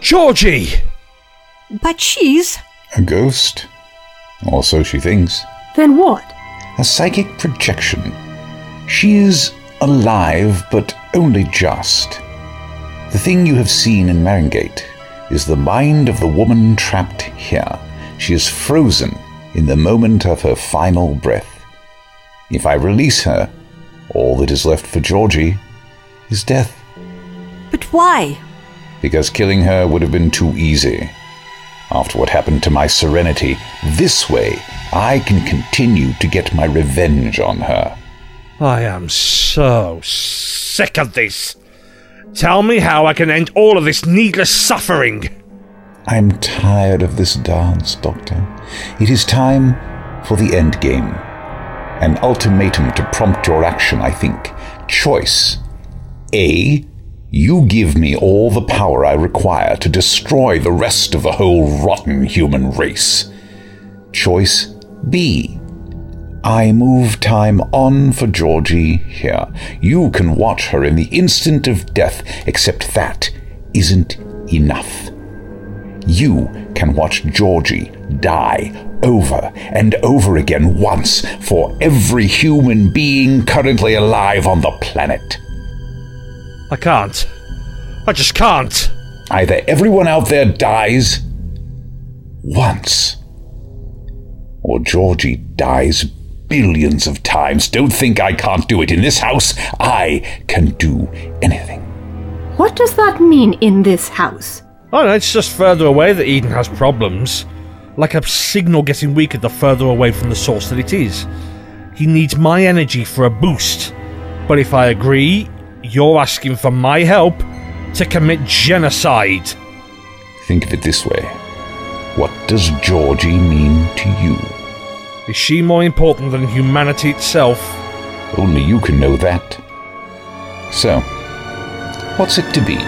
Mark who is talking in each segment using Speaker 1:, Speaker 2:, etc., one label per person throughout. Speaker 1: Georgie!
Speaker 2: But she's.
Speaker 3: A ghost. Or so she thinks.
Speaker 2: Then what?
Speaker 3: A psychic projection. She is alive, but only just. The thing you have seen in Marringate is the mind of the woman trapped here. She is frozen in the moment of her final breath. If I release her, all that is left for Georgie is death.
Speaker 2: But why?
Speaker 3: Because killing her would have been too easy. After what happened to my serenity, this way I can continue to get my revenge on her.
Speaker 1: I am so sick of this. Tell me how I can end all of this needless suffering.
Speaker 3: I'm tired of this dance, Doctor. It is time for the end game. An ultimatum to prompt your action, I think. Choice A. You give me all the power I require to destroy the rest of the whole rotten human race. Choice B. I move time on for Georgie here. You can watch her in the instant of death, except that isn't enough. You can watch Georgie die over and over again once for every human being currently alive on the planet.
Speaker 1: I can't. I just can't.
Speaker 3: Either everyone out there dies once, or Georgie dies billions of times. Don't think I can't do it. In this house, I can do anything.
Speaker 4: What does that mean in this house?
Speaker 1: Oh, no, it's just further away that Eden has problems. Like a signal getting weaker the further away from the source that it is. He needs my energy for a boost. But if I agree, you're asking for my help to commit genocide.
Speaker 3: Think of it this way What does Georgie mean to you?
Speaker 1: Is she more important than humanity itself?
Speaker 3: Only you can know that. So, what's it to be?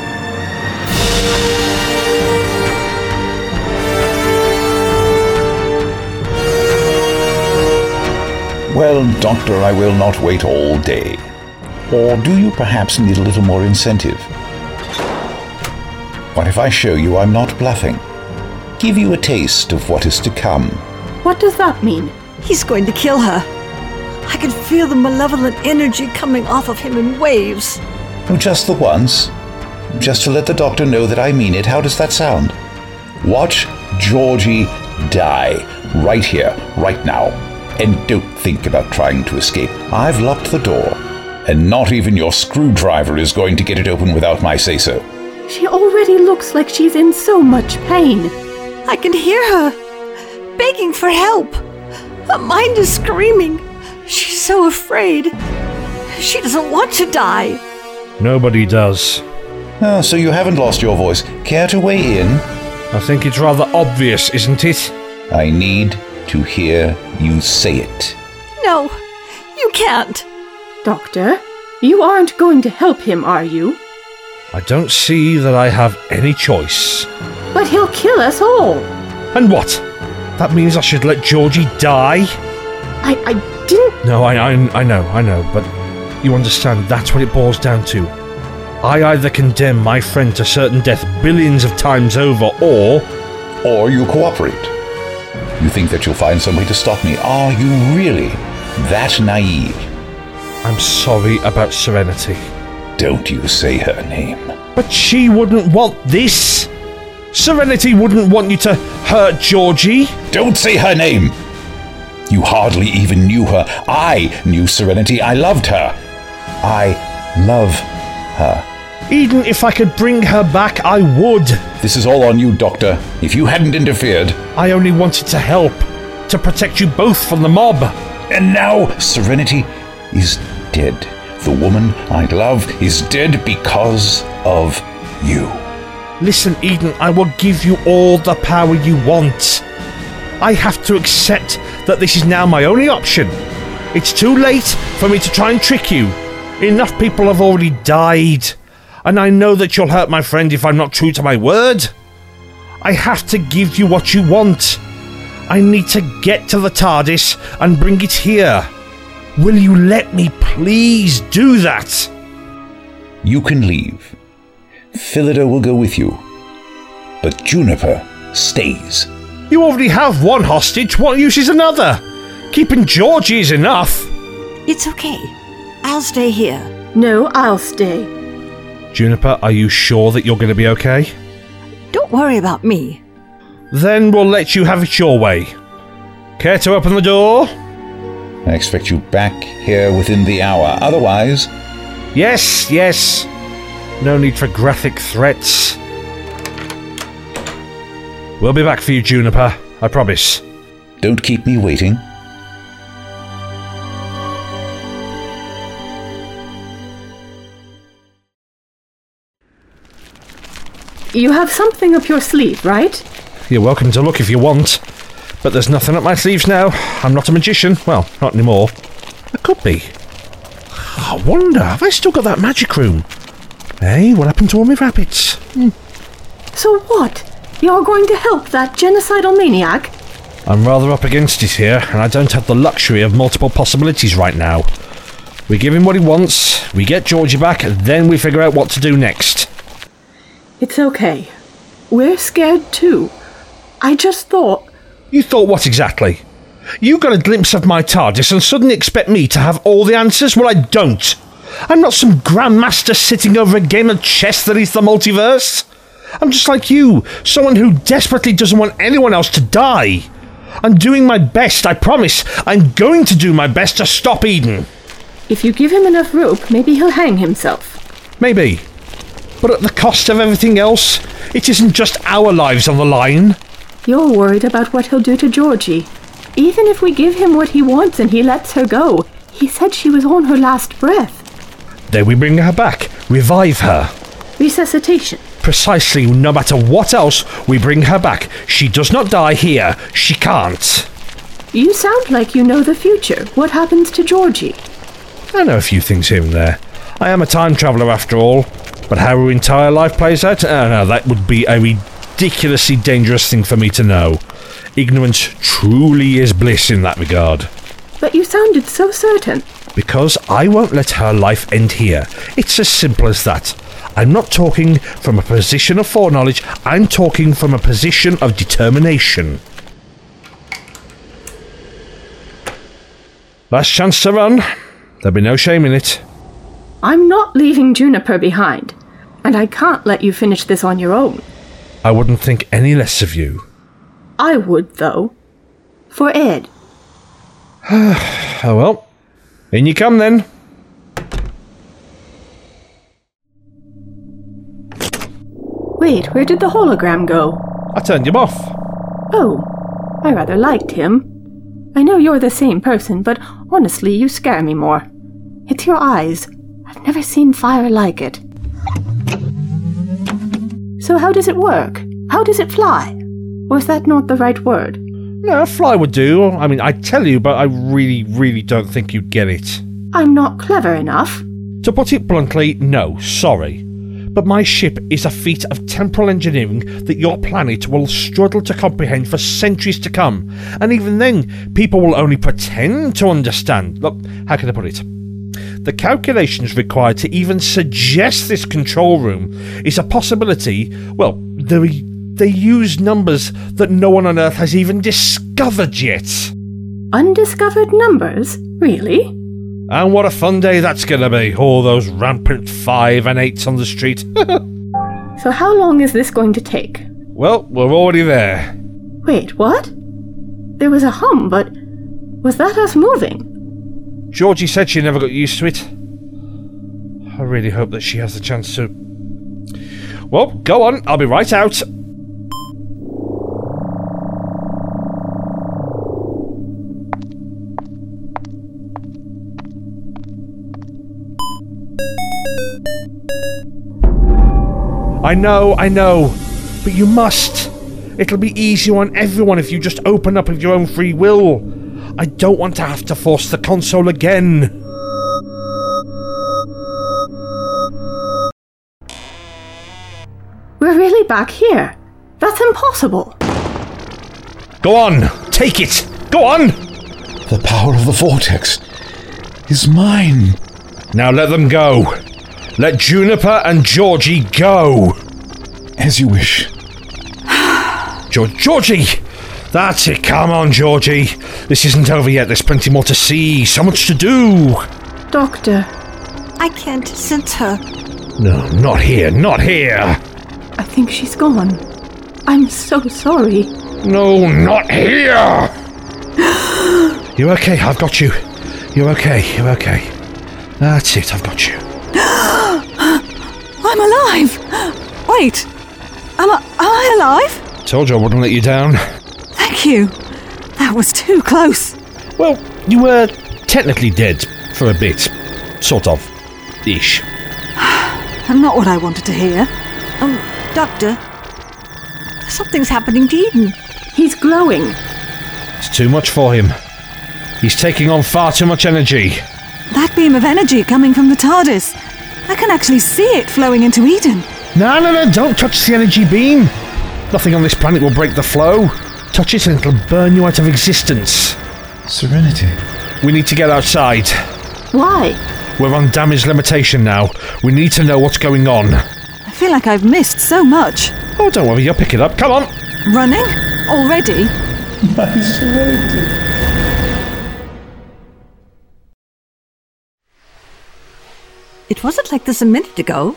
Speaker 3: Well, Doctor, I will not wait all day. Or do you perhaps need a little more incentive? What if I show you I'm not bluffing? Give you a taste of what is to come.
Speaker 4: What does that mean?
Speaker 2: He's going to kill her. I can feel the malevolent energy coming off of him in waves.
Speaker 3: Just the once. Just to let the doctor know that I mean it. How does that sound? Watch Georgie die. Right here, right now. And don't think about trying to escape. I've locked the door. And not even your screwdriver is going to get it open without my say so.
Speaker 4: She already looks like she's in so much pain.
Speaker 2: I can hear her, begging for help. Her mind is screaming. She's so afraid. She doesn't want to die.
Speaker 1: Nobody does.
Speaker 3: Ah, so you haven't lost your voice. Care to weigh in?
Speaker 1: I think it's rather obvious, isn't it?
Speaker 3: I need to hear you say it.
Speaker 2: No, you can't.
Speaker 4: Doctor, you aren't going to help him, are you?
Speaker 1: I don't see that I have any choice.
Speaker 4: But he'll kill us all.
Speaker 1: And what? That means I should let Georgie die?
Speaker 4: I, I didn't.
Speaker 1: No, I, I, I know, I know, but you understand that's what it boils down to. I either condemn my friend to certain death billions of times over, or
Speaker 3: Or you cooperate. You think that you'll find some way to stop me. Are you really that naive?
Speaker 1: I'm sorry about Serenity.
Speaker 3: Don't you say her name.
Speaker 1: But she wouldn't want this. Serenity wouldn't want you to hurt Georgie.
Speaker 3: Don't say her name! You hardly even knew her. I knew Serenity. I loved her. I love her.
Speaker 1: Even if I could bring her back, I would.
Speaker 3: This is all on you, Doctor. If you hadn't interfered.
Speaker 1: I only wanted to help, to protect you both from the mob.
Speaker 3: And now Serenity is dead. The woman I love is dead because of you.
Speaker 1: Listen, Eden, I will give you all the power you want. I have to accept that this is now my only option. It's too late for me to try and trick you. Enough people have already died. And I know that you'll hurt my friend if I'm not true to my word. I have to give you what you want. I need to get to the TARDIS and bring it here. Will you let me please do that?
Speaker 3: You can leave. Phillida will go with you. But Juniper stays.
Speaker 1: You already have one hostage, what use is another? Keeping Georgie is enough.
Speaker 2: It's okay. I'll stay here.
Speaker 4: No, I'll stay.
Speaker 1: Juniper, are you sure that you're going to be okay?
Speaker 2: Don't worry about me.
Speaker 1: Then we'll let you have it your way. Care to open the door?
Speaker 3: I expect you back here within the hour. Otherwise,
Speaker 1: Yes, yes. No need for graphic threats. We'll be back for you, Juniper. I promise.
Speaker 3: don't keep me waiting.
Speaker 4: You have something up your sleeve, right?
Speaker 1: You're welcome to look if you want. But there's nothing up my sleeves now. I'm not a magician. Well, not anymore. I could be. I wonder, have I still got that magic room? Hey, what happened to all my rabbits?
Speaker 4: So what? You're going to help that genocidal maniac?
Speaker 1: I'm rather up against it here, and I don't have the luxury of multiple possibilities right now. We give him what he wants, we get Georgie back, then we figure out what to do next.
Speaker 4: It's okay. We're scared too. I just thought.
Speaker 1: You thought what exactly? You got a glimpse of my TARDIS and suddenly expect me to have all the answers? Well, I don't. I'm not some grandmaster sitting over a game of chess that is the multiverse. I'm just like you, someone who desperately doesn't want anyone else to die. I'm doing my best, I promise. I'm going to do my best to stop Eden.
Speaker 4: If you give him enough rope, maybe he'll hang himself.
Speaker 1: Maybe. But at the cost of everything else, it isn't just our lives on the line.
Speaker 4: You're worried about what he'll do to Georgie. Even if we give him what he wants and he lets her go, he said she was on her last breath.
Speaker 1: Then we bring her back, revive her.
Speaker 4: Resuscitation.
Speaker 1: Precisely, no matter what else, we bring her back. She does not die here. She can't.
Speaker 4: You sound like you know the future. What happens to Georgie?
Speaker 1: I know a few things here and there. I am a time traveller after all. But how her entire life plays out? Oh no, that would be a ridiculously dangerous thing for me to know. Ignorance truly is bliss in that regard.
Speaker 4: But you sounded so certain.
Speaker 1: Because I won't let her life end here. It's as simple as that. I'm not talking from a position of foreknowledge, I'm talking from a position of determination. Last chance to run. There'll be no shame in it.
Speaker 4: I'm not leaving Juniper behind, and I can't let you finish this on your own.
Speaker 1: I wouldn't think any less of you.
Speaker 4: I would, though. For Ed.
Speaker 1: Oh well. In you come then.
Speaker 4: Wait, where did the hologram go?
Speaker 1: I turned him off.
Speaker 4: Oh, I rather liked him. I know you're the same person, but honestly, you scare me more. It's your eyes. I've never seen fire like it. So, how does it work? How does it fly? Or is that not the right word?
Speaker 1: No, a fly would do. I mean, I tell you, but I really, really don't think you'd get it.
Speaker 4: I'm not clever enough.
Speaker 1: To put it bluntly, no, sorry. But my ship is a feat of temporal engineering that your planet will struggle to comprehend for centuries to come. And even then, people will only pretend to understand. Look, how can I put it? The calculations required to even suggest this control room is a possibility. Well, they, they use numbers that no one on Earth has even discovered yet.
Speaker 4: Undiscovered numbers? Really?
Speaker 1: And what a fun day that's going to be. All those rampant five and eights on the street.
Speaker 4: So, how long is this going to take?
Speaker 1: well, we're already there.
Speaker 4: Wait, what? There was a hum, but was that us moving?
Speaker 1: Georgie said she never got used to it. I really hope that she has the chance to. Well, go on, I'll be right out. I know, I know, but you must. It'll be easier on everyone if you just open up of your own free will. I don't want to have to force the console again.
Speaker 4: We're really back here. That's impossible.
Speaker 1: Go on, take it. Go on.
Speaker 3: The power of the vortex is mine.
Speaker 1: Now let them go. Let Juniper and Georgie go.
Speaker 3: As you wish.
Speaker 1: George, Georgie! That's it, come on, Georgie. This isn't over yet. There's plenty more to see, so much to do.
Speaker 4: Doctor,
Speaker 5: I can't sense her.
Speaker 1: No, not here, not here.
Speaker 4: I think she's gone. I'm so sorry.
Speaker 1: No, not here. you okay? I've got you. You're okay, you're okay. That's it, I've got you.
Speaker 5: I'm alive! Wait, am I, am I alive?
Speaker 1: Told you I wouldn't let you down.
Speaker 5: Thank you. That was too close.
Speaker 1: Well, you were technically dead for a bit. Sort of. Ish.
Speaker 5: And not what I wanted to hear. Um, Doctor, something's happening to Eden.
Speaker 4: He's glowing.
Speaker 1: It's too much for him. He's taking on far too much energy.
Speaker 5: That beam of energy coming from the TARDIS. I can actually see it flowing into Eden.
Speaker 1: No, no, no, don't touch the energy beam. Nothing on this planet will break the flow. Touch it and it'll burn you out of existence.
Speaker 3: Serenity.
Speaker 1: We need to get outside.
Speaker 4: Why?
Speaker 1: We're on damage limitation now. We need to know what's going on.
Speaker 5: I feel like I've missed so much.
Speaker 1: Oh, don't worry, you'll pick it up. Come on.
Speaker 5: Running? Already?
Speaker 3: My serenity.
Speaker 5: It wasn't like this a minute ago.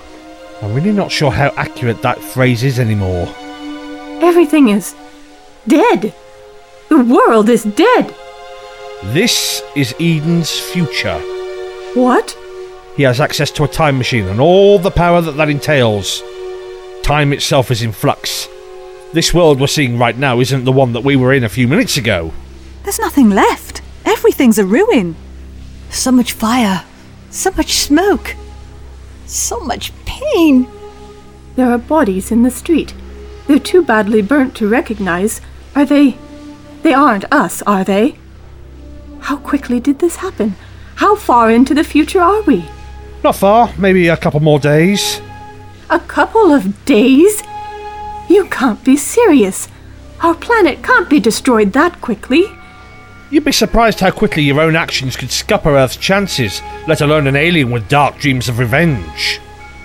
Speaker 1: I'm really not sure how accurate that phrase is anymore.
Speaker 4: Everything is dead. The world is dead.
Speaker 1: This is Eden's future.
Speaker 4: What?
Speaker 1: He has access to a time machine and all the power that that entails. Time itself is in flux. This world we're seeing right now isn't the one that we were in a few minutes ago.
Speaker 5: There's nothing left. Everything's a ruin. So much fire. So much smoke. So much pain.
Speaker 4: There are bodies in the street. They're too badly burnt to recognize. Are they. They aren't us, are they? How quickly did this happen? How far into the future are we?
Speaker 1: Not far, maybe a couple more days.
Speaker 4: A couple of days? You can't be serious. Our planet can't be destroyed that quickly.
Speaker 1: You'd be surprised how quickly your own actions could scupper Earth's chances, let alone an alien with dark dreams of revenge.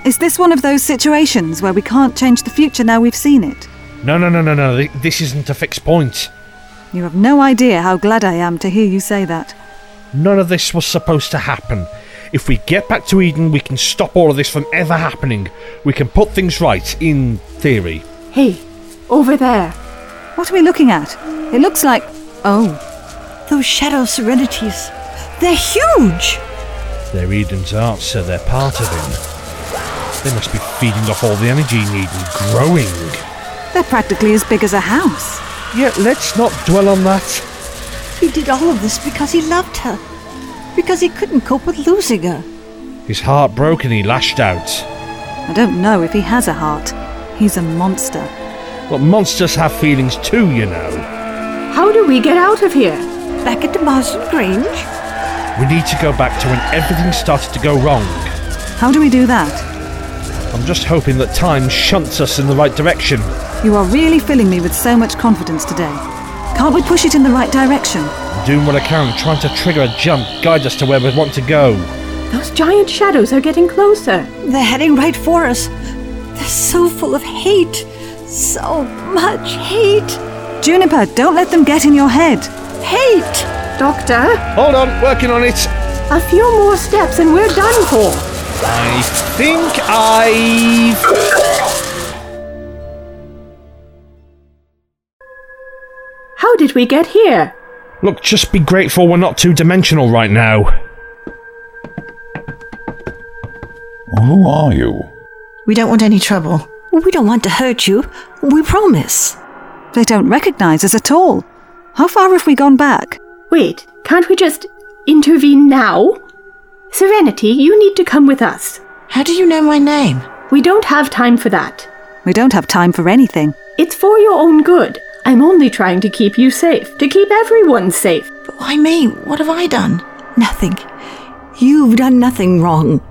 Speaker 5: Is this one of those situations where we can't change the future now we've seen it?
Speaker 1: No, no, no, no, no, th- this isn't a fixed point.
Speaker 5: You have no idea how glad I am to hear you say that.
Speaker 1: None of this was supposed to happen. If we get back to Eden, we can stop all of this from ever happening. We can put things right, in theory.
Speaker 4: Hey, over there.
Speaker 5: What are we looking at? It looks like. Oh. Those shadow serenities. They're huge!
Speaker 1: They're Eden's art, so they're part of him. They must be feeding off all the energy he needs and growing.
Speaker 5: They're practically as big as a house.
Speaker 1: Yeah, let's not dwell on that.
Speaker 5: He did all of this because he loved her. Because he couldn't cope with losing her.
Speaker 1: His heart broke and he lashed out.
Speaker 5: I don't know if he has a heart. He's a monster.
Speaker 1: But monsters have feelings too, you know.
Speaker 4: How do we get out of here?
Speaker 5: Back at the Marsden Grange?
Speaker 1: We need to go back to when everything started to go wrong.
Speaker 5: How do we do that?
Speaker 1: I'm just hoping that time shunts us in the right direction.
Speaker 5: You are really filling me with so much confidence today. Can't we push it in the right direction?
Speaker 1: Doing what I can, trying to trigger a jump, guide us to where we want to go.
Speaker 4: Those giant shadows are getting closer.
Speaker 5: They're heading right for us. They're so full of hate. So much hate. Juniper, don't let them get in your head. Hate!
Speaker 4: Doctor,
Speaker 1: Hold on, working on it.
Speaker 4: a few more steps and we're done for.
Speaker 1: I think I.
Speaker 4: How did we get here?
Speaker 1: Look, just be grateful we're not two dimensional right now.
Speaker 3: Who are you?
Speaker 6: We don't want any trouble.
Speaker 5: We don't want to hurt you. We promise. They don't recognize us at all. How far have we gone back?
Speaker 4: Wait, can't we just intervene now? Serenity, you need to come with us.
Speaker 6: How do you know my name?
Speaker 4: We don't have time for that.
Speaker 5: We don't have time for anything.
Speaker 4: It's for your own good. I'm only trying to keep you safe, to keep everyone safe.
Speaker 6: But why me? What have I done?
Speaker 5: Nothing. You've done nothing wrong.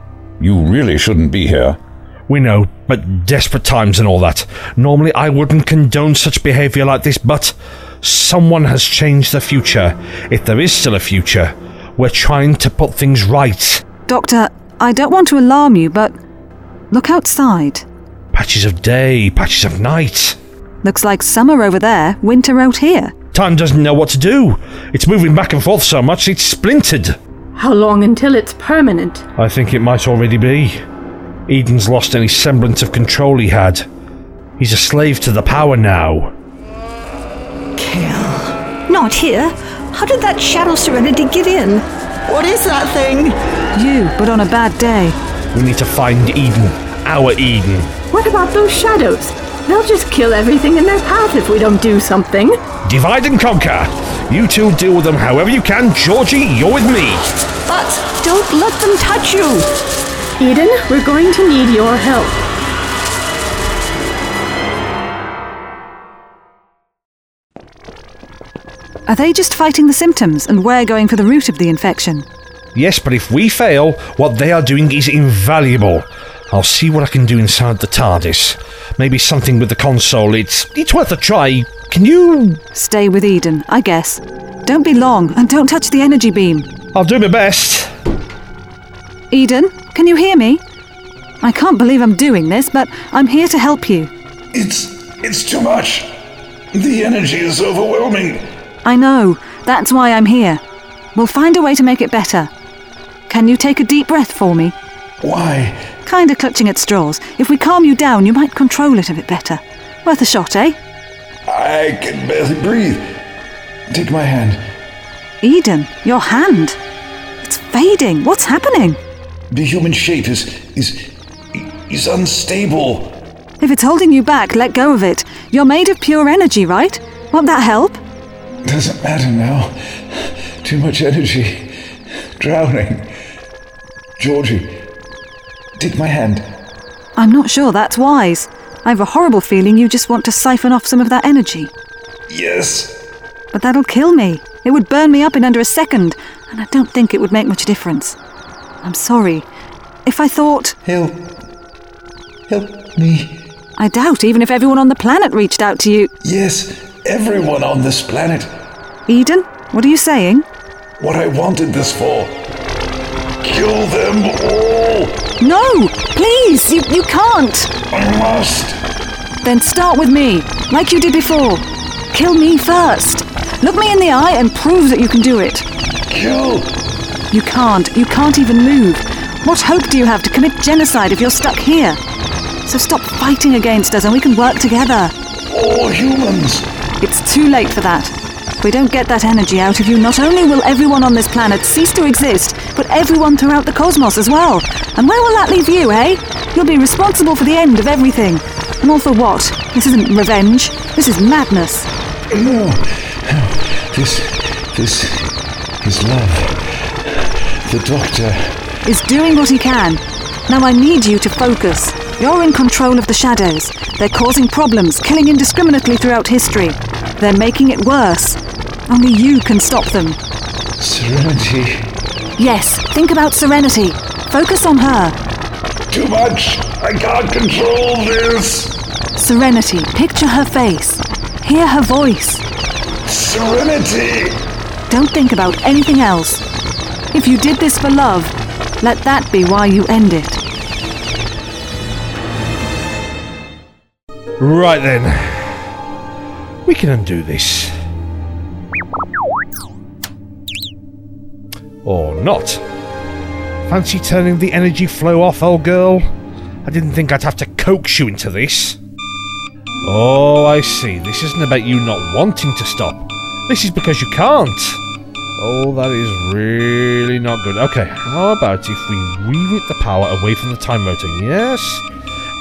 Speaker 3: You really shouldn't be here.
Speaker 1: We know, but desperate times and all that. Normally, I wouldn't condone such behaviour like this, but someone has changed the future. If there is still a future, we're trying to put things right.
Speaker 5: Doctor, I don't want to alarm you, but look outside.
Speaker 1: Patches of day, patches of night.
Speaker 5: Looks like summer over there, winter out here.
Speaker 1: Time doesn't know what to do. It's moving back and forth so much it's splintered.
Speaker 4: How long until it's permanent?
Speaker 1: I think it might already be. Eden's lost any semblance of control he had. He's a slave to the power now.
Speaker 6: Kale.
Speaker 2: Not here. How did that shadow serenity get in?
Speaker 6: What is that thing?
Speaker 5: You, but on a bad day.
Speaker 1: We need to find Eden. Our Eden.
Speaker 4: What about those shadows? They'll just kill everything in their path if we don't do something.
Speaker 1: Divide and conquer. You two deal with them however you can. Georgie, you're with me.
Speaker 2: But don't let them touch you.
Speaker 4: Eden, we're going to need your help.
Speaker 5: Are they just fighting the symptoms and we're going for the root of the infection?
Speaker 1: Yes, but if we fail, what they are doing is invaluable. I'll see what I can do inside the TARDIS. Maybe something with the console. It's it's worth a try. Can you?
Speaker 5: Stay with Eden, I guess. Don't be long and don't touch the energy beam.
Speaker 1: I'll do my best.
Speaker 5: Eden, can you hear me? I can't believe I'm doing this, but I'm here to help you.
Speaker 7: It's it's too much. The energy is overwhelming.
Speaker 5: I know, that's why I'm here. We'll find a way to make it better. Can you take a deep breath for me?
Speaker 7: Why?
Speaker 5: Kinda clutching at straws. If we calm you down, you might control it a bit better. Worth a shot, eh?
Speaker 7: I can barely breathe. Take my hand.
Speaker 5: Eden, your hand. It's fading. What's happening?
Speaker 7: The human shape is is is unstable.
Speaker 5: If it's holding you back, let go of it. You're made of pure energy, right? Won't that help?
Speaker 7: Doesn't matter now. Too much energy. Drowning. Georgie, take my hand.
Speaker 5: I'm not sure that's wise. I have a horrible feeling you just want to siphon off some of that energy.
Speaker 7: Yes.
Speaker 5: But that'll kill me. It would burn me up in under a second, and I don't think it would make much difference. I'm sorry. If I thought.
Speaker 7: Help. Help me.
Speaker 5: I doubt even if everyone on the planet reached out to you.
Speaker 7: Yes, everyone on this planet.
Speaker 5: Eden, what are you saying?
Speaker 7: What I wanted this for. Kill them all.
Speaker 5: No! Please! You, you can't!
Speaker 7: I must.
Speaker 5: Then start with me, like you did before. Kill me first. Look me in the eye and prove that you can do it.
Speaker 7: Kill.
Speaker 5: You can't. You can't even move. What hope do you have to commit genocide if you're stuck here? So stop fighting against us and we can work together.
Speaker 7: all humans.
Speaker 5: It's too late for that. If we don't get that energy out of you, not only will everyone on this planet cease to exist, but everyone throughout the cosmos as well. And where will that leave you, eh? You'll be responsible for the end of everything. And all for what? This isn't revenge. This is madness.
Speaker 7: No. no. This. This. is love. The doctor.
Speaker 5: is doing what he can. Now I need you to focus. You're in control of the shadows. They're causing problems, killing indiscriminately throughout history. They're making it worse. Only you can stop them.
Speaker 7: Serenity.
Speaker 5: Yes, think about Serenity. Focus on her.
Speaker 7: Too much. I can't control this.
Speaker 5: Serenity, picture her face. Hear her voice.
Speaker 7: Serenity.
Speaker 5: Don't think about anything else. If you did this for love, let that be why you end it.
Speaker 1: Right then. We can undo this. Or not. Fancy turning the energy flow off, old girl? I didn't think I'd have to coax you into this. Oh, I see. This isn't about you not wanting to stop. This is because you can't. Oh, that is really not good. Okay, how about if we reroute the power away from the time motor? Yes?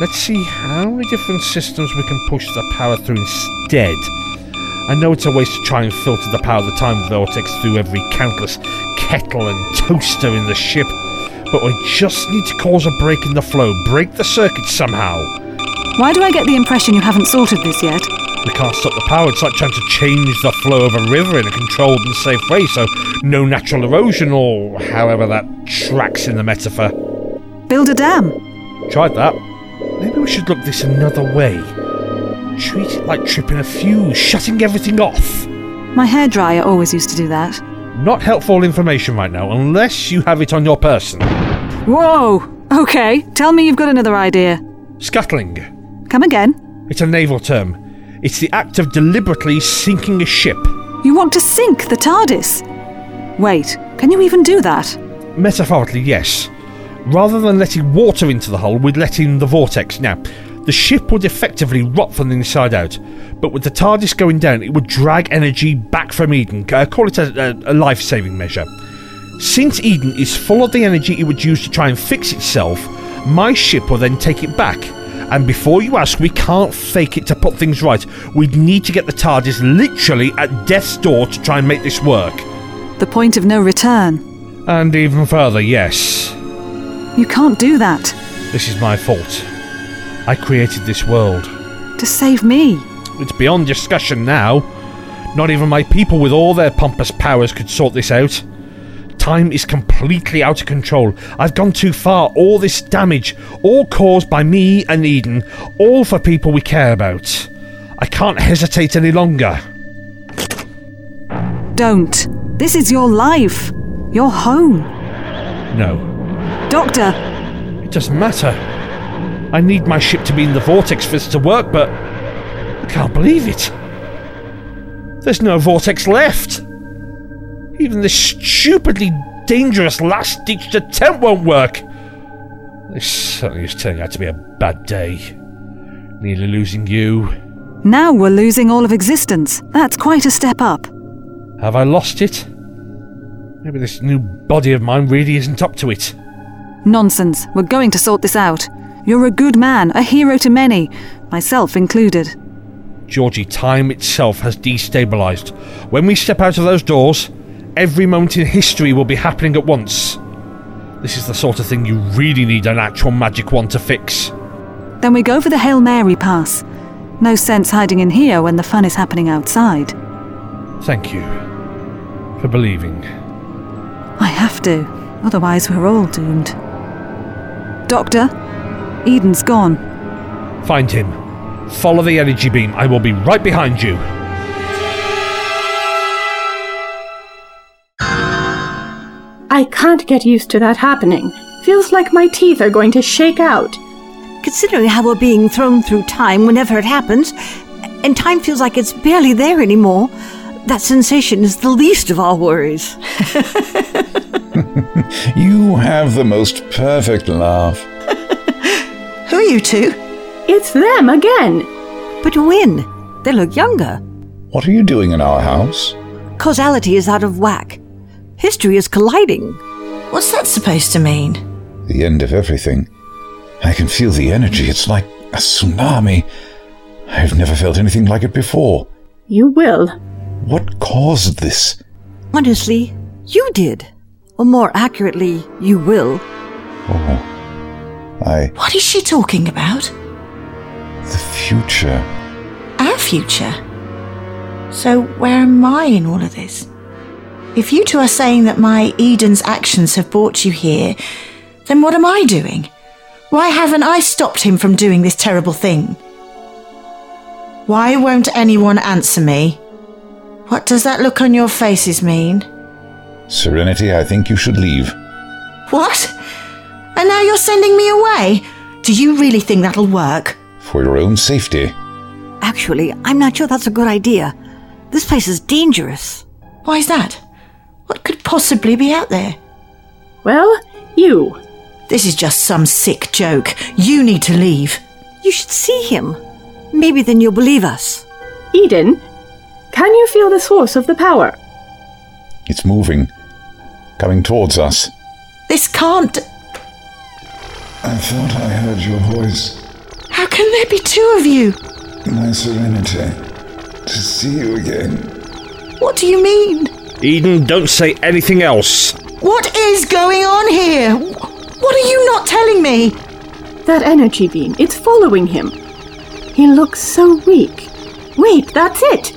Speaker 1: Let's see how many different systems we can push the power through instead. I know it's a waste to try and filter the power of the time vortex through every countless kettle and toaster in the ship, but we just need to cause a break in the flow, break the circuit somehow.
Speaker 5: Why do I get the impression you haven't sorted this yet?
Speaker 1: We can't stop the power, it's like trying to change the flow of a river in a controlled and safe way, so no natural erosion or however that tracks in the metaphor.
Speaker 5: Build a dam.
Speaker 1: Tried that. Maybe we should look this another way. Treat it like tripping a fuse, shutting everything off.
Speaker 5: My hairdryer always used to do that.
Speaker 1: Not helpful information right now, unless you have it on your person.
Speaker 5: Whoa! Okay, tell me you've got another idea.
Speaker 1: Scuttling.
Speaker 5: Come again.
Speaker 1: It's a naval term. It's the act of deliberately sinking a ship.
Speaker 5: You want to sink the TARDIS? Wait, can you even do that?
Speaker 1: Metaphorically, yes. Rather than letting water into the hull, we'd let in the vortex. Now, the ship would effectively rot from the inside out, but with the TARDIS going down, it would drag energy back from Eden. Uh, call it a, a, a life saving measure. Since Eden is full of the energy it would use to try and fix itself, my ship will then take it back. And before you ask, we can't fake it to put things right. We'd need to get the TARDIS literally at death's door to try and make this work.
Speaker 5: The point of no return.
Speaker 1: And even further, yes,
Speaker 5: You can't do that.
Speaker 1: this is my fault. I created this world.
Speaker 5: To save me.
Speaker 1: It's beyond discussion now. Not even my people with all their pompous powers could sort this out. Time is completely out of control. I've gone too far. All this damage, all caused by me and Eden, all for people we care about. I can't hesitate any longer.
Speaker 5: Don't. This is your life. Your home.
Speaker 1: No,
Speaker 5: Doctor,
Speaker 1: it doesn't matter. I need my ship to be in the vortex for this to work, but I can't believe it. There's no vortex left. Even this stupidly dangerous last ditch attempt won't work. This certainly is turning out to be a bad day. Nearly losing you.
Speaker 5: now we're losing all of existence. That's quite a step up.
Speaker 1: Have I lost it? Maybe this new body of mine really isn't up to it.
Speaker 5: Nonsense. We're going to sort this out. You're a good man, a hero to many, myself included.
Speaker 1: Georgie, time itself has destabilized. When we step out of those doors, every moment in history will be happening at once. This is the sort of thing you really need an actual magic wand to fix.
Speaker 5: Then we go for the Hail Mary pass. No sense hiding in here when the fun is happening outside.
Speaker 1: Thank you for believing.
Speaker 5: I have to, otherwise, we're all doomed. Doctor, Eden's gone.
Speaker 1: Find him. Follow the energy beam. I will be right behind you.
Speaker 4: I can't get used to that happening. Feels like my teeth are going to shake out.
Speaker 2: Considering how we're being thrown through time whenever it happens, and time feels like it's barely there anymore, that sensation is the least of our worries.
Speaker 3: You have the most perfect laugh.
Speaker 6: Who are you two?
Speaker 4: It's them again.
Speaker 2: But when? They look younger.
Speaker 3: What are you doing in our house?
Speaker 2: Causality is out of whack. History is colliding.
Speaker 6: What's that supposed to mean?
Speaker 3: The end of everything. I can feel the energy. It's like a tsunami. I've never felt anything like it before.
Speaker 4: You will.
Speaker 3: What caused this?
Speaker 2: Honestly, you did. Or more accurately, you will.
Speaker 3: Oh, I.
Speaker 6: What is she talking about?
Speaker 3: The future.
Speaker 6: Our future. So, where am I in all of this? If you two are saying that my Eden's actions have brought you here, then what am I doing? Why haven't I stopped him from doing this terrible thing? Why won't anyone answer me? What does that look on your faces mean?
Speaker 3: Serenity, I think you should leave.
Speaker 6: What? And now you're sending me away? Do you really think that'll work?
Speaker 3: For your own safety.
Speaker 2: Actually, I'm not sure that's a good idea. This place is dangerous.
Speaker 6: Why is that? What could possibly be out there?
Speaker 4: Well, you.
Speaker 6: This is just some sick joke. You need to leave.
Speaker 2: You should see him. Maybe then you'll believe us.
Speaker 4: Eden, can you feel the source of the power?
Speaker 3: It's moving. Coming towards us.
Speaker 6: This can't.
Speaker 7: I thought I heard your voice,
Speaker 6: How can there be two of you?
Speaker 7: my serenity. To see you again.
Speaker 6: What do you mean?
Speaker 1: Eden, don't say anything else.
Speaker 6: What is going on here? Wh- What are you not telling me?
Speaker 4: That energy beam, it's following him. He looks so weak. Wait, that's it.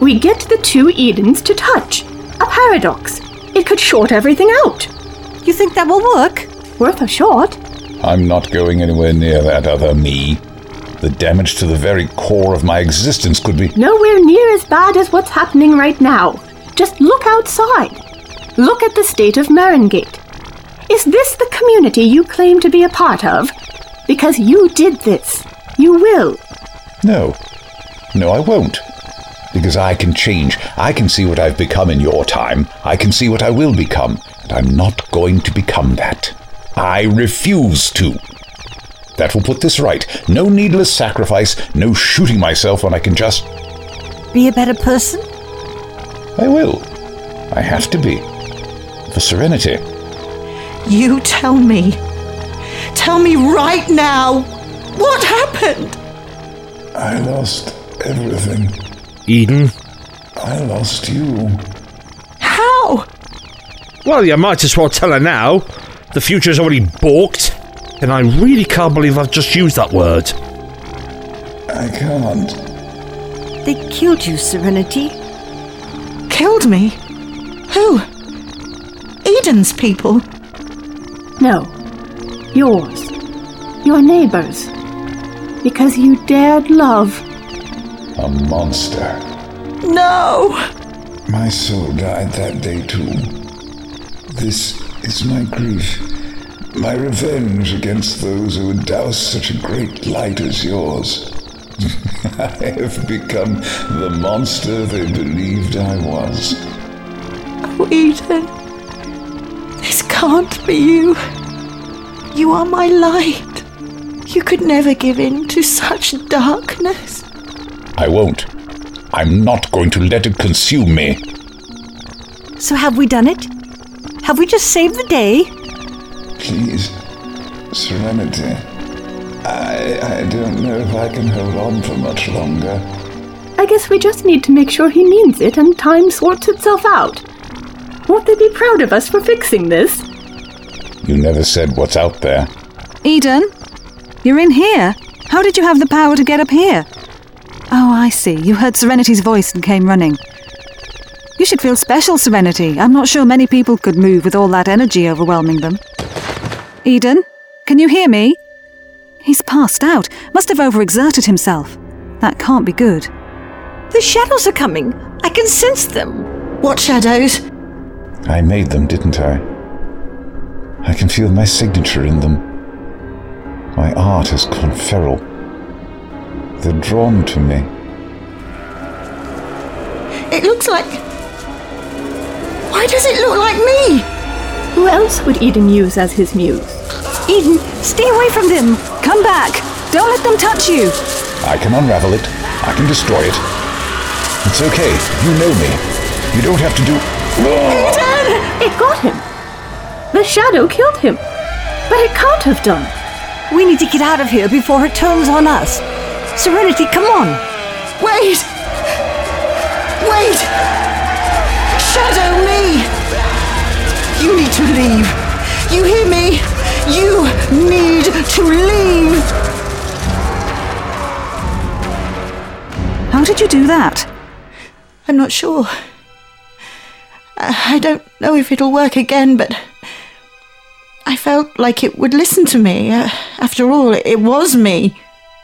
Speaker 4: We get the two Edens to touch. A paradox. It could short everything out.
Speaker 2: You think that will work?
Speaker 4: Worth a shot.
Speaker 3: I'm not going anywhere near that other me. The damage to the very core of my existence could be.
Speaker 4: Nowhere near as bad as what's happening right now. Just look outside. Look at the state of Maringate. Is this the community you claim to be a part of? Because you did this. You will.
Speaker 3: No. No, I won't. Because I can change. I can see what I've become in your time. I can see what I will become. And I'm not going to become that. I refuse to. That will put this right. No needless sacrifice, no shooting myself when I can just.
Speaker 2: Be a better person?
Speaker 3: I will. I have to be. For serenity.
Speaker 6: You tell me. Tell me right now. What happened?
Speaker 7: I lost everything.
Speaker 1: Eden?
Speaker 7: I lost you.
Speaker 6: How?
Speaker 1: Well, you might as well tell her now. The future's already balked. And I really can't believe I've just used that word.
Speaker 7: I can't.
Speaker 2: They killed you, Serenity.
Speaker 6: Killed me? Who? Eden's people.
Speaker 4: No, yours, your neighbors, because you dared love.
Speaker 7: A monster.
Speaker 6: No!
Speaker 7: My soul died that day too. This is my grief, my revenge against those who would douse such a great light as yours. I have become the monster they believed I was.
Speaker 6: Oh, Eden. This can't be you. You are my light. You could never give in to such darkness.
Speaker 3: I won't. I'm not going to let it consume me.
Speaker 2: So have we done it? Have we just saved the day?
Speaker 7: Please, serenity. I, I don't know if I can hold on for much longer.
Speaker 4: I guess we just need to make sure he means it and time sorts itself out. Won't they be proud of us for fixing this?
Speaker 3: You never said what's out there.
Speaker 5: Eden, you're in here. How did you have the power to get up here? Oh, I see. You heard Serenity's voice and came running. You should feel special, Serenity. I'm not sure many people could move with all that energy overwhelming them. Eden, can you hear me? He's passed out. Must have overexerted himself. That can't be good.
Speaker 2: The shadows are coming. I can sense them.
Speaker 6: What shadows?
Speaker 3: I made them, didn't I? I can feel my signature in them. My art has gone feral. They're drawn to me.
Speaker 6: It looks like. Why does it look like me?
Speaker 4: Who else would Eden use as his muse?
Speaker 5: Eden, stay away from them. Come back. Don't let them touch you.
Speaker 3: I can unravel it. I can destroy it. It's okay. You know me. You don't have to do.
Speaker 4: It got him. The shadow killed him. But it can't have done.
Speaker 2: We need to get out of here before it turns on us. Serenity, come on.
Speaker 6: Wait! Wait! Shadow me! You need to leave. You hear me? You need to leave!
Speaker 5: How did you do that?
Speaker 6: I'm not sure. I I don't know if it'll work again, but I felt like it would listen to me. Uh, after all, it was me.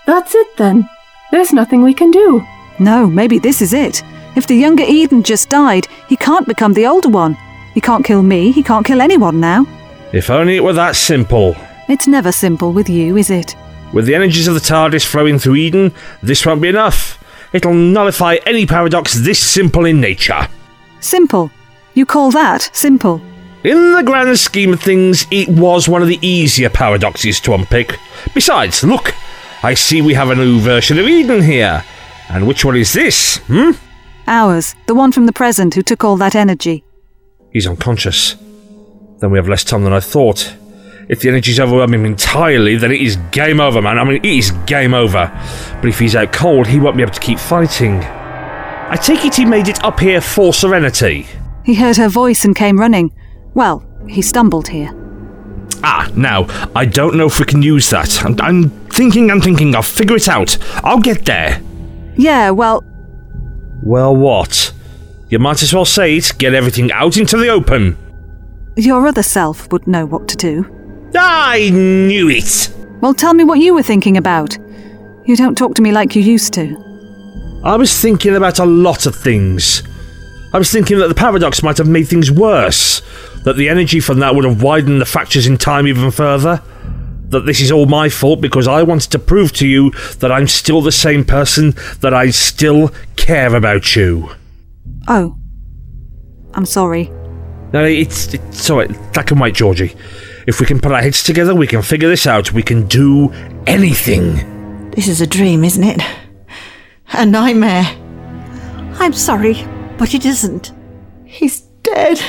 Speaker 4: That's it then. There's nothing we can do.
Speaker 5: No, maybe this is it. If the younger Eden just died, he can't become the older one. He can't kill me, he can't kill anyone now.
Speaker 1: If only it were that simple.
Speaker 5: It's never simple with you, is it?
Speaker 1: With the energies of the TARDIS flowing through Eden, this won't be enough. It'll nullify any paradox this simple in nature.
Speaker 5: Simple. You call that simple?
Speaker 1: In the grand scheme of things, it was one of the easier paradoxes to unpick. Besides, look, I see we have a new version of Eden here. And which one is this? Hmm?
Speaker 5: Ours, the one from the present who took all that energy.
Speaker 1: He's unconscious. Then we have less time than I thought. If the energy's overwhelm him entirely, then it is game over, man. I mean, it is game over. But if he's out cold, he won't be able to keep fighting. I take it he made it up here for Serenity.
Speaker 5: He heard her voice and came running. Well, he stumbled here.
Speaker 1: Ah, now, I don't know if we can use that. I'm, I'm thinking, I'm thinking, I'll figure it out. I'll get there.
Speaker 5: Yeah, well,
Speaker 1: Well, what? You might as well say it, get everything out into the open.
Speaker 5: your other self would know what to do.
Speaker 1: I knew it!
Speaker 5: Well, tell me what you were thinking about. You don't talk to me like you used to.
Speaker 1: I was thinking about a lot of things. I was thinking that the paradox might have made things worse, that the energy from that would have widened the fractures in time even further. that this is all my fault because I wanted to prove to you that I'm still the same person, that I still care about you.
Speaker 5: Oh. I'm sorry.
Speaker 1: No, it's, it's alright. That can wait, Georgie. If we can put our heads together, we can figure this out. We can do anything.
Speaker 6: This is a dream, isn't it? A nightmare.
Speaker 2: I'm sorry, but it isn't.
Speaker 6: He's dead.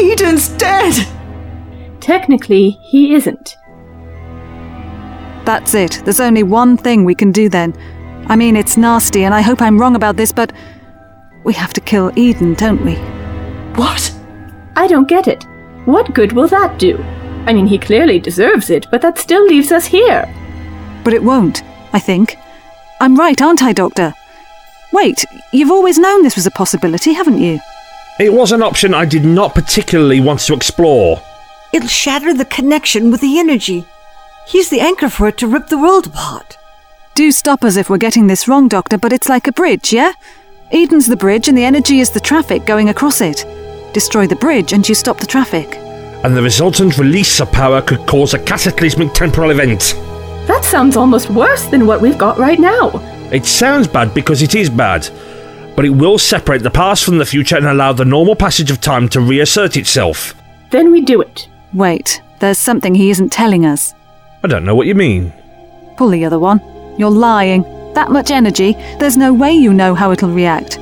Speaker 6: Eden's dead.
Speaker 4: Technically, he isn't.
Speaker 5: That's it. There's only one thing we can do then. I mean, it's nasty, and I hope I'm wrong about this, but we have to kill Eden, don't we?
Speaker 6: What?
Speaker 4: I don't get it. What good will that do? I mean, he clearly deserves it, but that still leaves us here.
Speaker 5: But it won't, I think. I'm right, aren't I, Doctor? Wait, you've always known this was a possibility, haven't you?
Speaker 1: It was an option I did not particularly want to explore.
Speaker 2: It'll shatter the connection with the energy. He's the anchor for it to rip the world apart.
Speaker 5: Do stop us if we're getting this wrong, Doctor, but it's like a bridge, yeah? Eden's the bridge, and the energy is the traffic going across it. Destroy the bridge, and you stop the traffic.
Speaker 1: And the resultant release of power could cause a cataclysmic temporal event.
Speaker 4: That sounds almost worse than what we've got right now.
Speaker 1: It sounds bad because it is bad, but it will separate the past from the future and allow the normal passage of time to reassert itself.
Speaker 4: Then we do it.
Speaker 5: Wait, there's something he isn't telling us.
Speaker 1: I don't know what you mean.
Speaker 5: Pull the other one. You're lying. That much energy, there's no way you know how it'll react.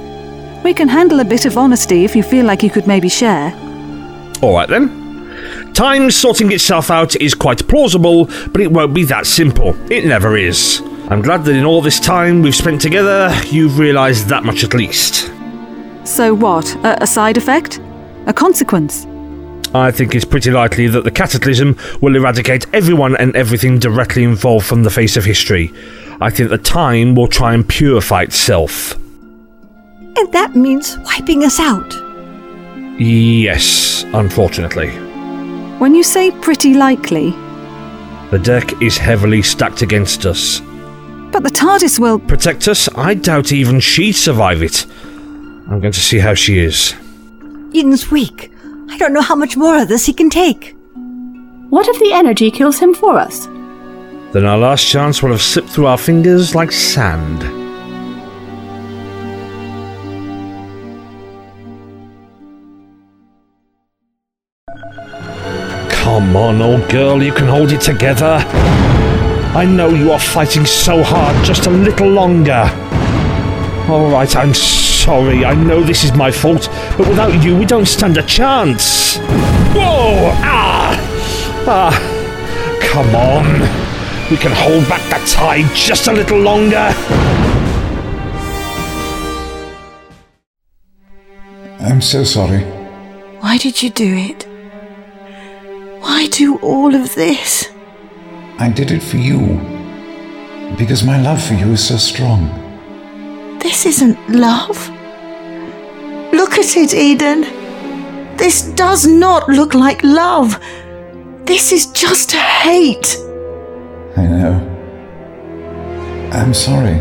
Speaker 5: We can handle a bit of honesty if you feel like you could maybe share.
Speaker 1: Alright then. Time sorting itself out is quite plausible, but it won't be that simple. It never is. I'm glad that in all this time we've spent together, you've realised that much at least.
Speaker 5: So what? A, a side effect? A consequence?
Speaker 1: I think it's pretty likely that the cataclysm will eradicate everyone and everything directly involved from the face of history. I think that time will try and purify itself.
Speaker 2: And that means wiping us out.
Speaker 1: Yes, unfortunately.
Speaker 5: When you say pretty likely,
Speaker 1: The deck is heavily stacked against us.
Speaker 5: but the TARDIS will.
Speaker 1: Protect us? I doubt even she'd survive it. I'm going to see how she is.
Speaker 2: Eden's weak. I don't know how much more of this he can take.
Speaker 4: What if the energy kills him for us?
Speaker 1: Then our last chance will have slipped through our fingers like sand. Come on, old girl, you can hold it together. I know you are fighting so hard, just a little longer. Alright, I'm sorry, I know this is my fault, but without you, we don't stand a chance. Whoa! Ah! Ah! Come on! We can hold back the tide just a little longer.
Speaker 7: I'm so sorry.
Speaker 6: Why did you do it? Why do all of this?
Speaker 7: I did it for you. Because my love for you is so strong.
Speaker 6: This isn't love. Look at it, Eden. This does not look like love. This is just hate.
Speaker 7: I know. I'm sorry.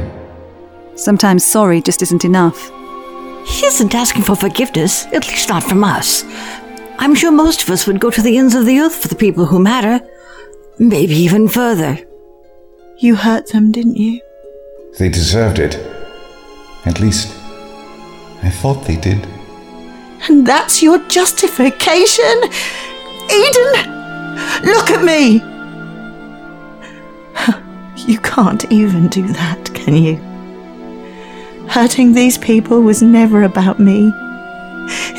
Speaker 5: Sometimes sorry just isn't enough.
Speaker 2: He isn't asking for forgiveness, at least not from us. I'm sure most of us would go to the ends of the earth for the people who matter. Maybe even further.
Speaker 6: You hurt them, didn't you?
Speaker 7: They deserved it. At least, I thought they did.
Speaker 6: And that's your justification? Eden, look at me. You can't even do that, can you? Hurting these people was never about me.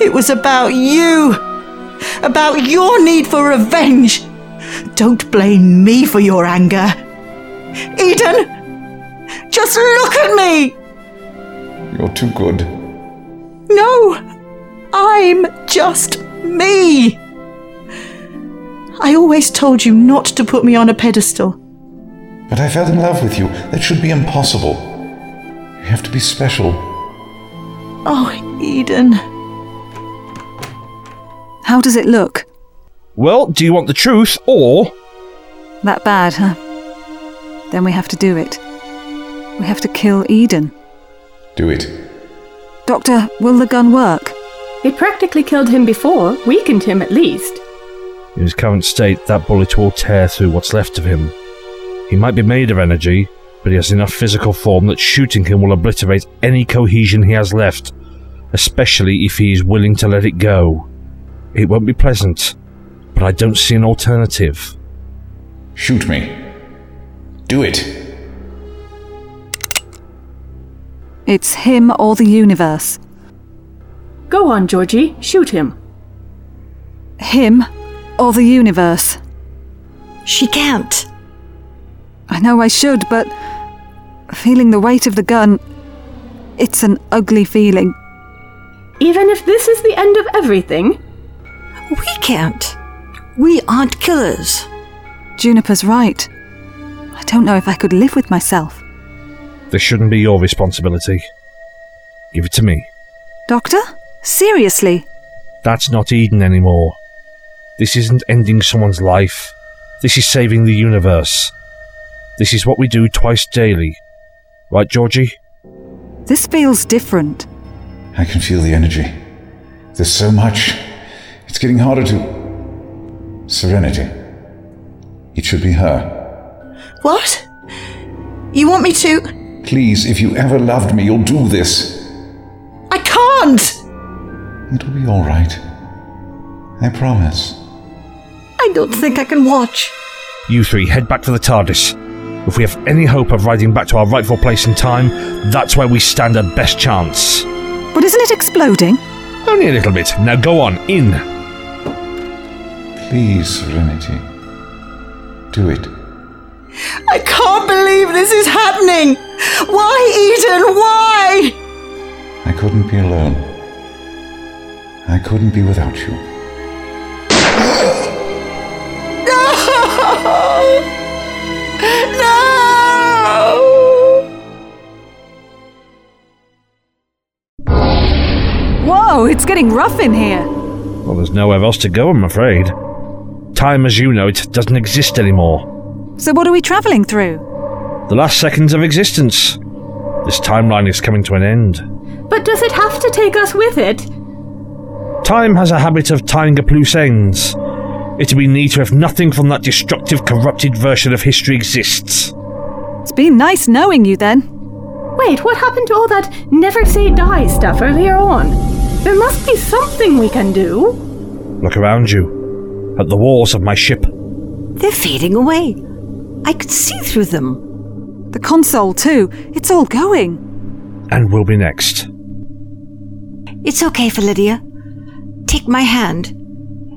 Speaker 6: It was about you. About your need for revenge. Don't blame me for your anger. Eden, just look at me.
Speaker 7: You're too good.
Speaker 6: No, I'm just me. I always told you not to put me on a pedestal.
Speaker 7: But I fell in love with you. That should be impossible. You have to be special.
Speaker 6: Oh, Eden.
Speaker 5: How does it look?
Speaker 1: Well, do you want the truth or.
Speaker 5: That bad, huh? Then we have to do it. We have to kill Eden.
Speaker 7: Do it.
Speaker 5: Doctor, will the gun work?
Speaker 4: It practically killed him before, weakened him at least.
Speaker 1: In his current state, that bullet will tear through what's left of him. He might be made of energy, but he has enough physical form that shooting him will obliterate any cohesion he has left, especially if he is willing to let it go. It won't be pleasant, but I don't see an alternative.
Speaker 3: Shoot me. Do it.
Speaker 5: It's him or the universe.
Speaker 4: Go on, Georgie, shoot him.
Speaker 5: Him or the universe.
Speaker 6: She can't.
Speaker 5: I know I should, but feeling the weight of the gun, it's an ugly feeling.
Speaker 4: Even if this is the end of everything,
Speaker 6: We can't. We aren't killers.
Speaker 5: Juniper's right. I don't know if I could live with myself.
Speaker 1: This shouldn't be your responsibility. Give it to me.
Speaker 5: Doctor? Seriously?
Speaker 1: That's not Eden anymore. This isn't ending someone's life. This is saving the universe. This is what we do twice daily. Right, Georgie?
Speaker 5: This feels different.
Speaker 3: I can feel the energy. There's so much. It's getting harder to. Serenity. It should be her.
Speaker 6: What? You want me to?
Speaker 3: Please, if you ever loved me, you'll do this.
Speaker 6: I can't!
Speaker 3: It'll be all right. I promise.
Speaker 6: I don't think I can watch.
Speaker 1: You three head back to the TARDIS. If we have any hope of riding back to our rightful place in time, that's where we stand a best chance.
Speaker 5: But isn't it exploding?
Speaker 1: Only a little bit. Now go on, in.
Speaker 3: Please, Serenity. Do it.
Speaker 6: I can't believe this is happening! Why, Eden? Why?
Speaker 3: I couldn't be alone. I couldn't be without you.
Speaker 5: Whoa, it's getting rough in here.
Speaker 1: Well, there's nowhere else to go, I'm afraid. Time as you know it doesn't exist anymore.
Speaker 5: So, what are we travelling through?
Speaker 1: The last seconds of existence. This timeline is coming to an end.
Speaker 4: but does it have to take us with it?
Speaker 1: Time has a habit of tying up loose ends. It'd be neater if nothing from that destructive, corrupted version of history exists.
Speaker 5: It's been nice knowing you then.
Speaker 4: Wait, what happened to all that never say die stuff earlier on? There must be something we can do.
Speaker 1: Look around you. At the walls of my ship.
Speaker 2: They're fading away. I could see through them.
Speaker 5: The console, too. It's all going.
Speaker 1: And we'll be next.
Speaker 2: It's okay for Lydia. Take my hand.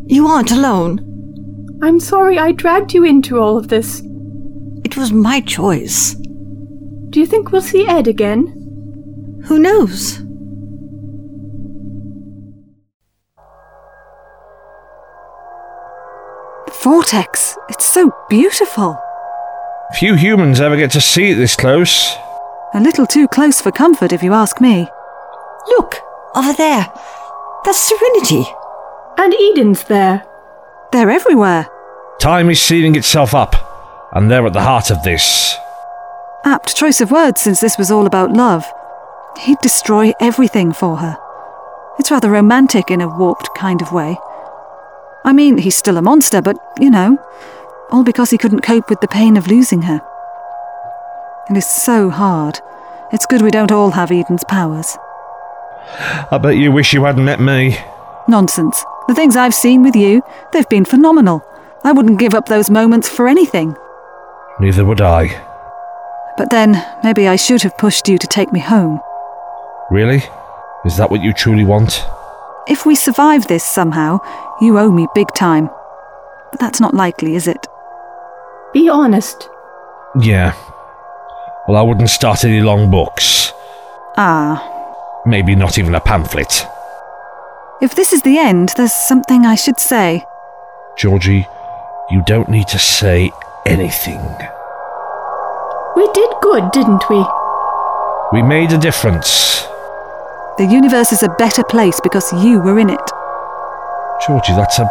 Speaker 2: You aren't alone.
Speaker 4: I'm sorry I dragged you into all of this.
Speaker 2: It was my choice.
Speaker 4: Do you think we'll see Ed again?
Speaker 2: Who knows?
Speaker 5: The vortex. It's so beautiful.
Speaker 1: Few humans ever get to see it this close.
Speaker 5: A little too close for comfort, if you ask me.
Speaker 2: Look, over there. That's Serenity.
Speaker 4: And Eden's there.
Speaker 5: They're everywhere.
Speaker 1: Time is sealing itself up, and they're at the heart of this.
Speaker 5: Apt choice of words since this was all about love. He'd destroy everything for her. It's rather romantic in a warped kind of way. I mean, he's still a monster, but, you know, all because he couldn't cope with the pain of losing her. It is so hard. It's good we don't all have Eden's powers.
Speaker 1: I bet you wish you hadn't met me.
Speaker 5: Nonsense. The things I've seen with you, they've been phenomenal. I wouldn't give up those moments for anything.
Speaker 1: Neither would I.
Speaker 5: But then, maybe I should have pushed you to take me home.
Speaker 1: Really? Is that what you truly want?
Speaker 5: If we survive this somehow, you owe me big time. But that's not likely, is it?
Speaker 4: Be honest.
Speaker 1: Yeah. Well, I wouldn't start any long books.
Speaker 5: Ah,
Speaker 1: Maybe not even a pamphlet.
Speaker 5: if this is the end, there's something I should say.
Speaker 1: Georgie, you don't need to say anything.
Speaker 4: We did good, didn't we?
Speaker 1: We made a difference.
Speaker 5: The universe is a better place because you were in it.
Speaker 1: Georgie, that's a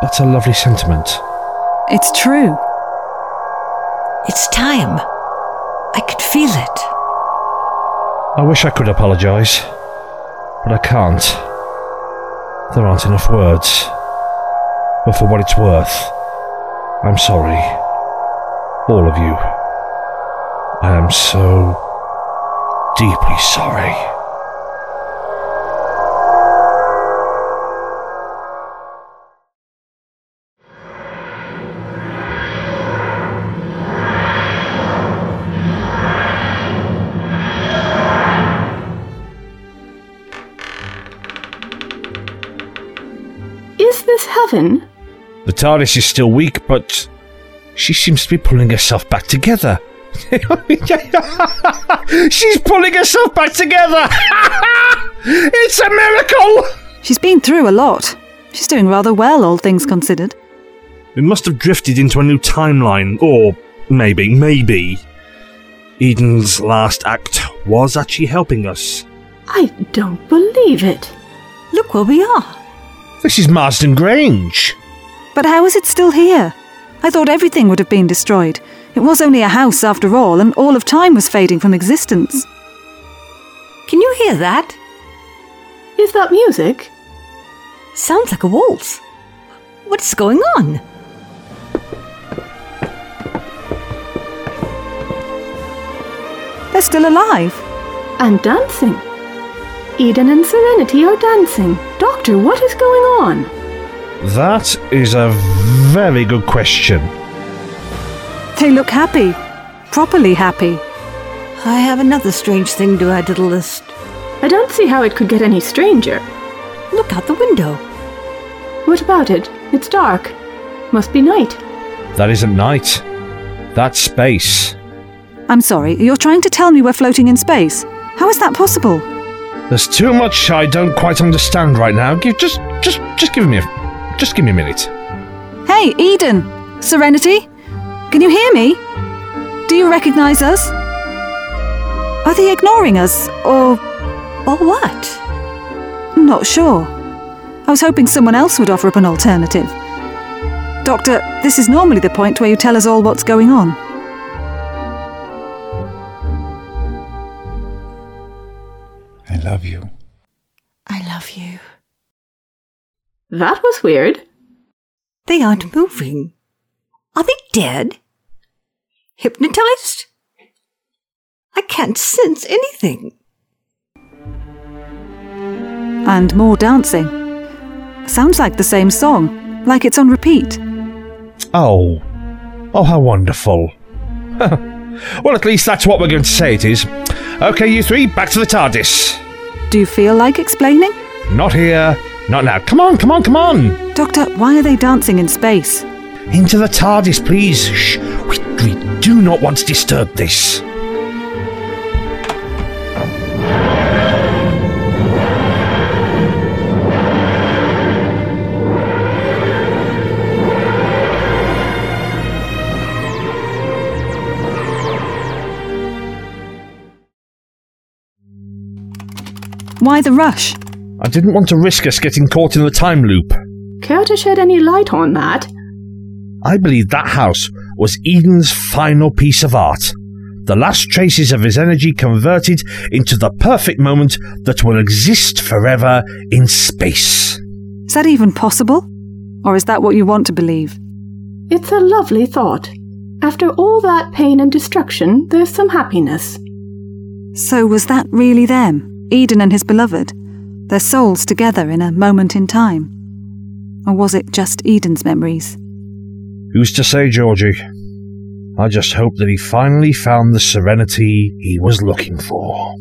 Speaker 1: that's a lovely sentiment.
Speaker 5: It's true.
Speaker 2: It's time. I could feel it.
Speaker 1: I wish I could apologize, but I can't. There aren't enough words. but for what it's worth, I'm sorry. All of you. I am so deeply sorry.
Speaker 4: Is this heaven?
Speaker 1: The TARDIS is still weak, but she seems to be pulling herself back together. She's pulling herself back together! it's a miracle!
Speaker 5: She's been through a lot. She's doing rather well, all things considered.
Speaker 1: We must have drifted into a new timeline, or maybe, maybe. Eden's last act was actually helping us.
Speaker 4: I don't believe it.
Speaker 5: Look where we are.
Speaker 1: This is Marsden Grange.
Speaker 5: But how is it still here? I thought everything would have been destroyed. It was only a house after all, and all of time was fading from existence.
Speaker 2: Can you hear that?
Speaker 4: Is that music?
Speaker 2: Sounds like a waltz. What's going on?
Speaker 5: They're still alive.
Speaker 4: And dancing. Eden and Serenity are dancing. Doctor, what is going on?
Speaker 1: That is a very good question.
Speaker 5: They look happy. Properly happy.
Speaker 2: I have another strange thing to add to the list.
Speaker 4: I don't see how it could get any stranger.
Speaker 2: Look out the window.
Speaker 4: What about it? It's dark. Must be night.
Speaker 1: That isn't night. That's space.
Speaker 5: I'm sorry, you're trying to tell me we're floating in space. How is that possible?
Speaker 1: There's too much I don't quite understand right now. Give just just just give me a just give me a minute.
Speaker 5: Hey, Eden! Serenity? Can you hear me? Do you recognize us? Are they ignoring us, or.
Speaker 2: Or what?
Speaker 5: not sure? I was hoping someone else would offer up an alternative. Doctor, this is normally the point where you tell us all what's going on.
Speaker 3: I love you.
Speaker 6: I love you.
Speaker 4: That was weird.
Speaker 2: They aren't moving. Are they dead? Hypnotized? I can't sense anything.
Speaker 5: And more dancing. Sounds like the same song, like it's on repeat.
Speaker 1: Oh. Oh, how wonderful. well, at least that's what we're going to say it is. Okay, you three, back to the TARDIS.
Speaker 5: Do you feel like explaining?
Speaker 1: Not here, not now. Come on, come on, come on!
Speaker 5: Doctor, why are they dancing in space?
Speaker 1: Into the TARDIS, please. Shh, we, we do not want to disturb this.
Speaker 5: Why the rush?
Speaker 1: I didn't want to risk us getting caught in the time loop.
Speaker 4: Care to shed any light on that?
Speaker 1: I believe that house was Eden's final piece of art. The last traces of his energy converted into the perfect moment that will exist forever in space.
Speaker 5: Is that even possible? Or is that what you want to believe?
Speaker 4: It's a lovely thought. After all that pain and destruction, there's some happiness.
Speaker 5: So, was that really them? Eden and his beloved? Their souls together in a moment in time? Or was it just Eden's memories?
Speaker 1: Who's to say, Georgie? I just hope that he finally found the serenity he was looking for.